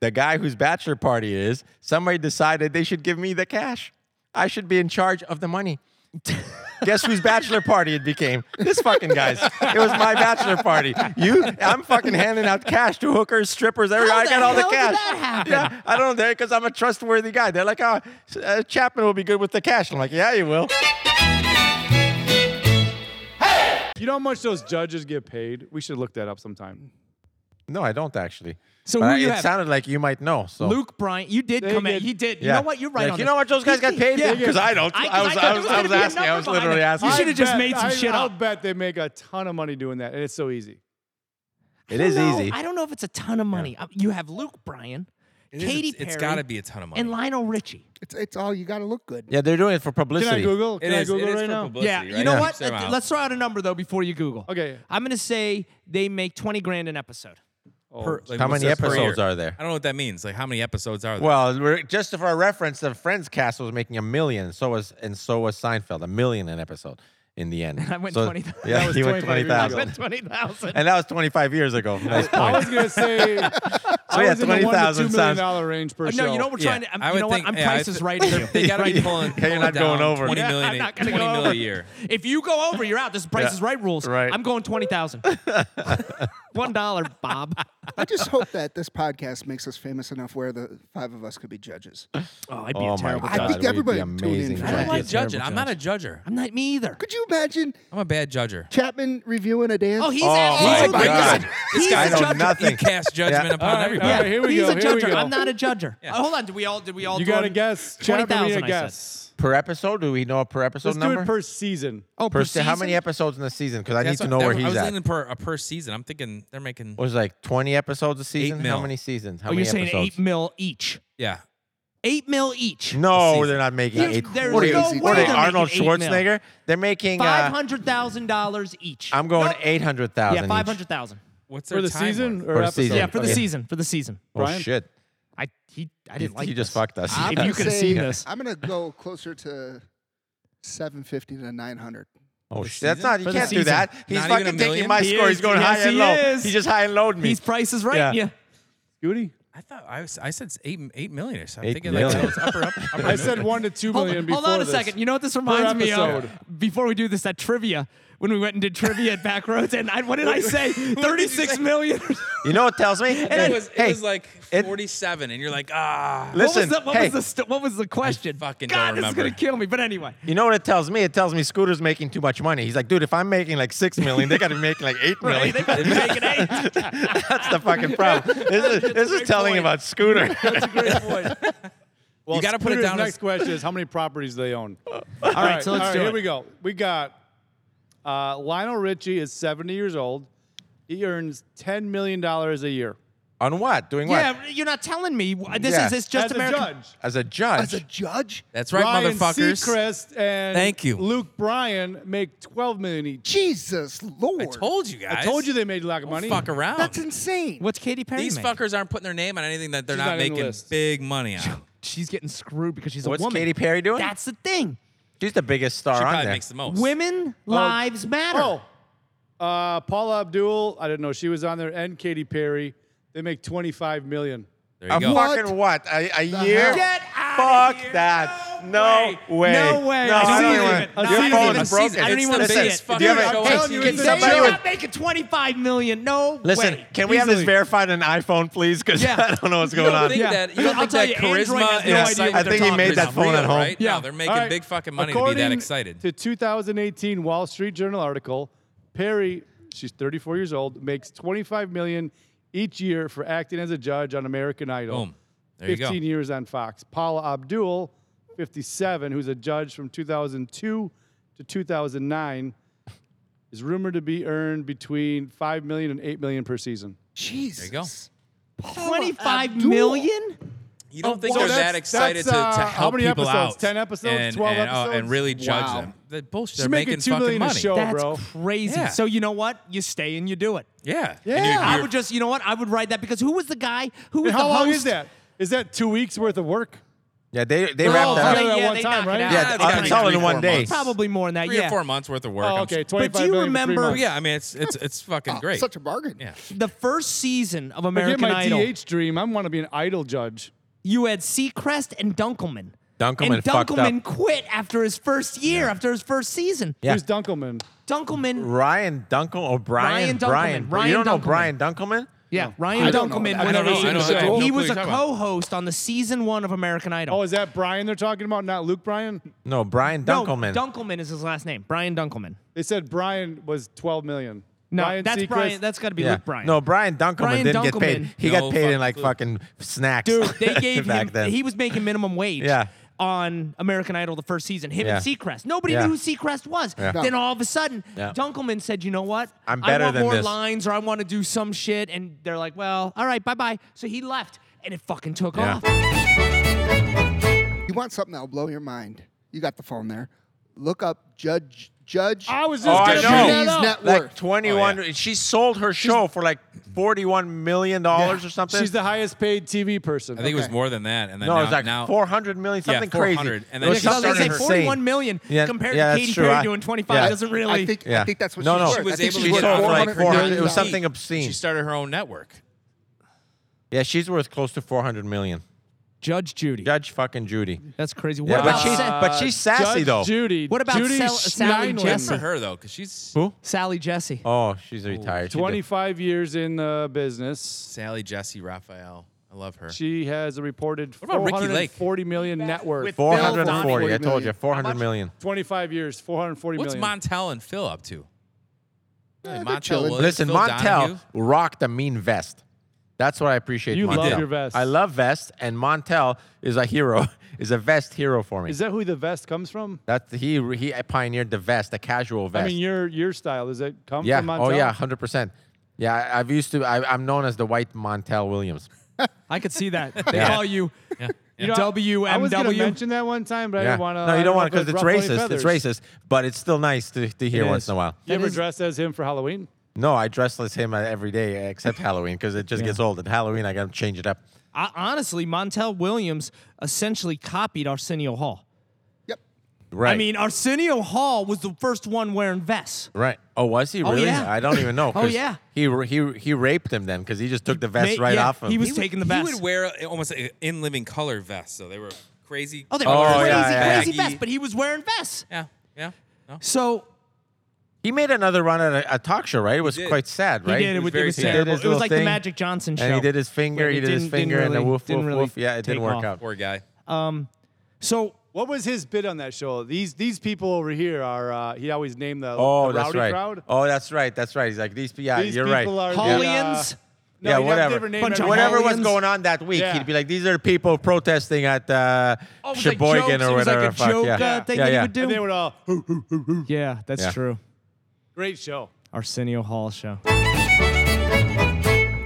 the guy whose bachelor party it is, somebody decided they should give me the cash. I should be in charge of the money. Guess whose bachelor party it became? This fucking guy's. It was my bachelor party. You, I'm fucking handing out cash to hookers, strippers. Every, I the got all the hell did cash. that happen? Yeah, I don't know because I'm a trustworthy guy. They're like, oh, uh, Chapman will be good with the cash. I'm like, yeah, you will. You know how much those judges get paid? We should look that up sometime. No, I don't actually. So But who I- you it have? sounded like you might know. So Luke Bryant, you Oh. did They come in. did. He did. Yeah. You know what? You're right Like, on you this. know what those guys got paid? Yeah. Because I don't. I, I was, thought I there was, I was gonna was be a asking. I number was behind literally it. asking. You should- I should've just bet- made some I- shit I'll up. bet they make a ton of money doing that, and it's so easy. It I don't is know. easy. I don't know if it's a ton of money. Uh, You have Luke Bryan, It is- Katy it's- Perry, It's got to be a ton of money. and Lionel Richie. It's, it's all you got to look good. Yeah, they're doing it for Can I publicity. Google? It Can I is- it Google is right for now? publicity, yeah, right? you know Yeah. what? Keeps their mouth. Let's throw out a number though before you Google. Okay. I'm gonna say they make twenty grand an episode. Oh, Per- like, How what's many this per episodes year? are there? I don't know what that means. Like, how many episodes are there? Well, we're, just for reference, the Friends cast was making a million. So was and so was Seinfeld, a million an episode in the end. I went so, 20,000. Yeah, That was he went 25 twenty years ago. I thousand, bet twenty thousand. and that was twenty five years ago. Nice I point. was gonna say. I yeah, was in the one 20,000 to two million sounds- dollar range per show. No, you know we're Yeah, trying to. I'm, I you would know what? think- I'm yeah, I Price is th- right They, here. they got to be pulling. Yeah, you're not pulling going down over. 20 Yeah, million I'm a- not gonna 20 go million over. a year. If you go over, you're out. This is Price Yeah, is Right rules. right. I'm going twenty thousand. One dollar, Bob. I just hope that this podcast makes us famous enough where the five of us could be judges. Oh, I'd be Oh a my terrible. god, I think we'd be everybody tuned in amazing. for I Right. don't judges. like Terrible judging. I'm not a judger. I'm not me either. Could you imagine I'm a bad judger. Chapman reviewing a dance? Oh, he's Oh absolutely. my God. god, He's this guy a knows judge. You nothing. cast judgment upon All right, everybody. all right, here we He's go. a here we judger. go. I'm not a judger. Uh, hold on. Do we all? Did we all? You throw got to in guess. Chad, we need 20,000, a I guess. Per episode, do we know a per episode Let's do number? it per season. Oh, Per per se- how many season? episodes in the season? Because I need That's to what- know that- where I he's was at. leaning per a per season. I'm thinking they're making. was it like twenty episodes a season. How mil. many seasons? How Oh, many you're saying episodes? eight mil each. Yeah. Eight mil each. No, season. they're not making There's- eight. there's What are you? no way what are they, they're Arnold making eight mil. Schwarzenegger? They're making. Five Uh, hundred thousand dollars each. I'm going No. eight hundred thousand. Yeah, five hundred thousand. What's their For the timeline? season or Per episode? season. Yeah, for the Okay. season. For the season. Oh Brian? shit! I he I He, didn't like. he just this. fucked us. I'm I'm you could have saying- seen this. I'm gonna go closer to 750 to 900. Oh the shit! That's season? not. You For the can't do season. that. He's Not even a fucking taking million? my He score. is. He's going Yes, high and he low. is. He just high and lowed me. He's Price is Yeah. right. Yeah. Scooty? I thought I was. I said eight eight million or something. Eight I'm thinking million. like that was upper upper. upper I said one to two Hold, million before hold on a this. second. You know what this reminds me of? episode. Before we do this, that trivia when we went and did trivia at Backroads, and I, what did I say? Thirty-six million. you know what tells me? It was, it hey, was like it- 47, and you're like, ah. what listen. was the what hey, was the st- what was the question? fucking God, don't this is gonna remember. kill me. But anyway, you know what it tells me? It tells me Scooter's making too much money. He's like, dude, if I'm making like six million, they got to be making like eight right, million. they better make it eight. That's the fucking problem. This is, this great is telling point. about Scooter. Great point. Well, You gotta put it Scooter's down as- Next question is how many properties they own. all All right, so let's all right, do here it. we go. We got uh, Lionel Richie is 70 years old. He earns 10 million dollars a year On what? Doing what? Yeah, you're not telling me. Wh- This Yeah. is this just as American. a judge. As a judge. As a judge? That's right, Ryan motherfuckers. Seacrest and Thank you. Luke Bryan make 12 million each. Jesus Lord. I told you guys. I told you they made a lot of Don't money. Fuck around. That's insane. What's Katy Perry? These make? fuckers aren't putting their name on anything that they're She's not, not in the making list. big money on. She She's getting screwed because she's What's a woman. Katy Perry doing? That's the thing. She's the biggest star on probably there. makes the most. Women lives matter. Oh, uh, Paula Abdul. I didn't know she was on there, and Katy Perry. They make 25 million. There you A go. fucking what? A, a year? hell? Get outta Fuck here. that. No No way. way. No way. No, I I don't don't even- even- I don't Your even phone wanna is see broken. it. I don't even wanna Listen, see it. do you Dude, have a- I'm hey, telling you, can it's somebody They're insane. with- not making 25 million. No Listen, way. can we have this Easily. verified on an iPhone, please? Because Yeah. I don't know what's You going don't on. think Yeah. that, you don't I'll think tell that you, Android charisma has no idea and what excitement they're I think he is made that phone real, at home. Right? Yeah. No, they're making All right. big fucking money According to be that excited. To 2018 Wall Street Journal article, Perry, she's 34 years old, makes 25 million each year for acting as a judge on American Idol. Boom. There you go. 15 years on Fox. Paula Abdul, 57, who's a judge from 2002 to 2009, is rumored to be earned between 5 million and 8 million per season. Jesus. you go. 25 Abdul. million? You don't think So they're Oh, that's- that excited to, to that's, uh, help how many people episodes? out? 10 episodes? and, 12 and, uh, episodes? and really judge Wow. them. The bullshit. She's They're making making, two fucking million a money. show. Oh, That's bro. crazy. Yeah. So you know what? You stay and you do it. Yeah. And Yeah. you're- I you're- would just, you know what? I would write that because who was the guy? Who was And how the host? long is that? Is that two weeks worth of work? Yeah, they they Oh, wrapped that together up. yeah, at one they time, knocked it right? out. Yeah, uh, it's gotta up be it's all three, in one four day. months. Probably more than that. three yeah. or four months worth of work. Oh, I'm okay, s- But twenty-five do you million for three remember- months. But yeah, I mean it's it's it's fucking great. Oh, Such a bargain. yeah. The first season of Forget American my Idol, DH dream. I want to be an idol judge. you had Seacrest and Dunkelman. Dunkelman and fucked up. Dunkelman quit after his first year, after his first season. Yeah. Who's Dunkelman? Dunkelman. Ryan Dunkel or Brian Ryan Dunkelman. Brian. Ryan you don't know Dunkelman. Brian Dunkelman? Yeah, Ryan I don't know. Dunkelman. I've went never on a- seen the show. I have no He clue was what a you're talking about. co-host on the season one of American Idol. Oh, is that Brian they're talking about? Not Luke Bryan. No, Brian No, Dunkelman. Dunkelman is his last name. Brian Dunkelman. They said Brian was twelve million. No, Brian that's Seacrest- Brian. That's got to be yeah. Luke Bryan. No, Brian Dunkelman Brian didn't get Dunkelman. paid. He No got paid in fucking like clue. fucking snacks. dude, they gave back him. then. He was making minimum wage. Yeah. On American Idol, the first season, him and Yeah. Seacrest. Nobody Yeah. knew who Seacrest was. No. Then all of a sudden, Yeah. Dunkelman said, "You know what? I'm I better want than more this." lines, or I want to do some shit." And they're like, "Well, all right, bye bye." So he left, and it fucking took Yeah. off. You want something that'll blow your mind? You got the phone there. Look up Judge Judge. I was Oh, just I gonna know. bring that Judy's up. net like worth. 21 she sold her show for like 41 million dollars or something. She's the highest paid TV person. I think it was Okay. more than that, and then no, now, it was like now 400 million Yeah, something 400, crazy. and It then was she Because they something say her- insane. 41 million Yeah, compared yeah, to that's Katy true. Perry I- doing 25. yeah. It doesn't really. I think Yeah. I think that's what No, she's no. worth. She I was think able she's to worth get out for like 400 million 400. It was dollars. something obscene. she started her own network. yeah, she's worth close to 400 million. Judge Judy. Judge fucking Judy. That's crazy. What Yeah, about but she's Sa- but she's sassy Judge though. Judy. What about Judy Sal- Sally Schneidlin. Good Jesse? for her though, because she's Who? Sally Jesse? Oh, she's retired. She did- 25 years in the business. Sally Jesse Raphael. I love her. She has a reported What about Ricky Lake? 440 million net worth. Bill 440. I Donahue. told you, 400 million. 25 years, 440 What's million. Montel and Phil up to? Hey, Montel chilling. Williams, Listen, Phil Montel Donahue. rocked a mean vest. That's what I appreciate. You Montel. love your vest. I love vests, and Montel is a hero. Is a vest hero for me. Is that who the vest comes from? That's he he pioneered the vest, the casual vest. I mean, your your style. Does it come yeah. from Montel? Oh yeah, hundred percent. Yeah, I, I've used to. I, I'm known as the White Montel Williams. I could see that. They Yeah. call you You know, I was going to WMW. mention that one time, Oh, but I Yeah. didn't want to. no, you don't want to because it's racist. It's racist, but it's still nice to, to hear It once is. in a while. You That ever is- dressed as him for Halloween? No, I dress as him uh, every day except Halloween because it just gets old. At Halloween, I gotta change it up. I, honestly, Montel Williams essentially copied Arsenio Hall. Yep. Right. I mean, Arsenio Hall was the first one wearing vests. Right. Oh, was he really? yeah. Oh, I don't even know. 'cause yeah. He ra- he he raped him then because he just took the vest Ma- right yeah, off him. He was taking the he vest. would wear a- almost a in living color vests, so they were crazy. oh, they were Oh, crazy, yeah, yeah, crazy yeah. vests, but he was wearing vests. yeah, yeah. No. So He made another run at a, a talk show, right? It was did. quite sad, he right? did it. It was, very was sad. He did terrible. his It was little like the thing, Magic Johnson show. And he did his finger. But He it did his didn't- didn't finger and the really- woof woof didn't really woof. Yeah, it didn't take work off. out. Poor guy. so What was his bit on that show? These these people over here are. Uh, he always named the, Oh, the that's rowdy right. crowd. Oh, that's right. That's right. He's like these. Yeah, These you're right. people are. the, uh, Hallians. no, yeah, he'd have whatever. different name Bunch every of night. Whatever was Hallians. going on that week, Yeah. he'd be like, "These are people protesting at uh, Oh, it was like Sheboygan jokes. or It was like whatever." a the fuck. joke, yeah. uh, thing yeah, that he yeah. would do. And they would all. "Hoo, hoo, hoo, hoo." yeah, that's Yeah. true. Great show. Arsenio Hall show.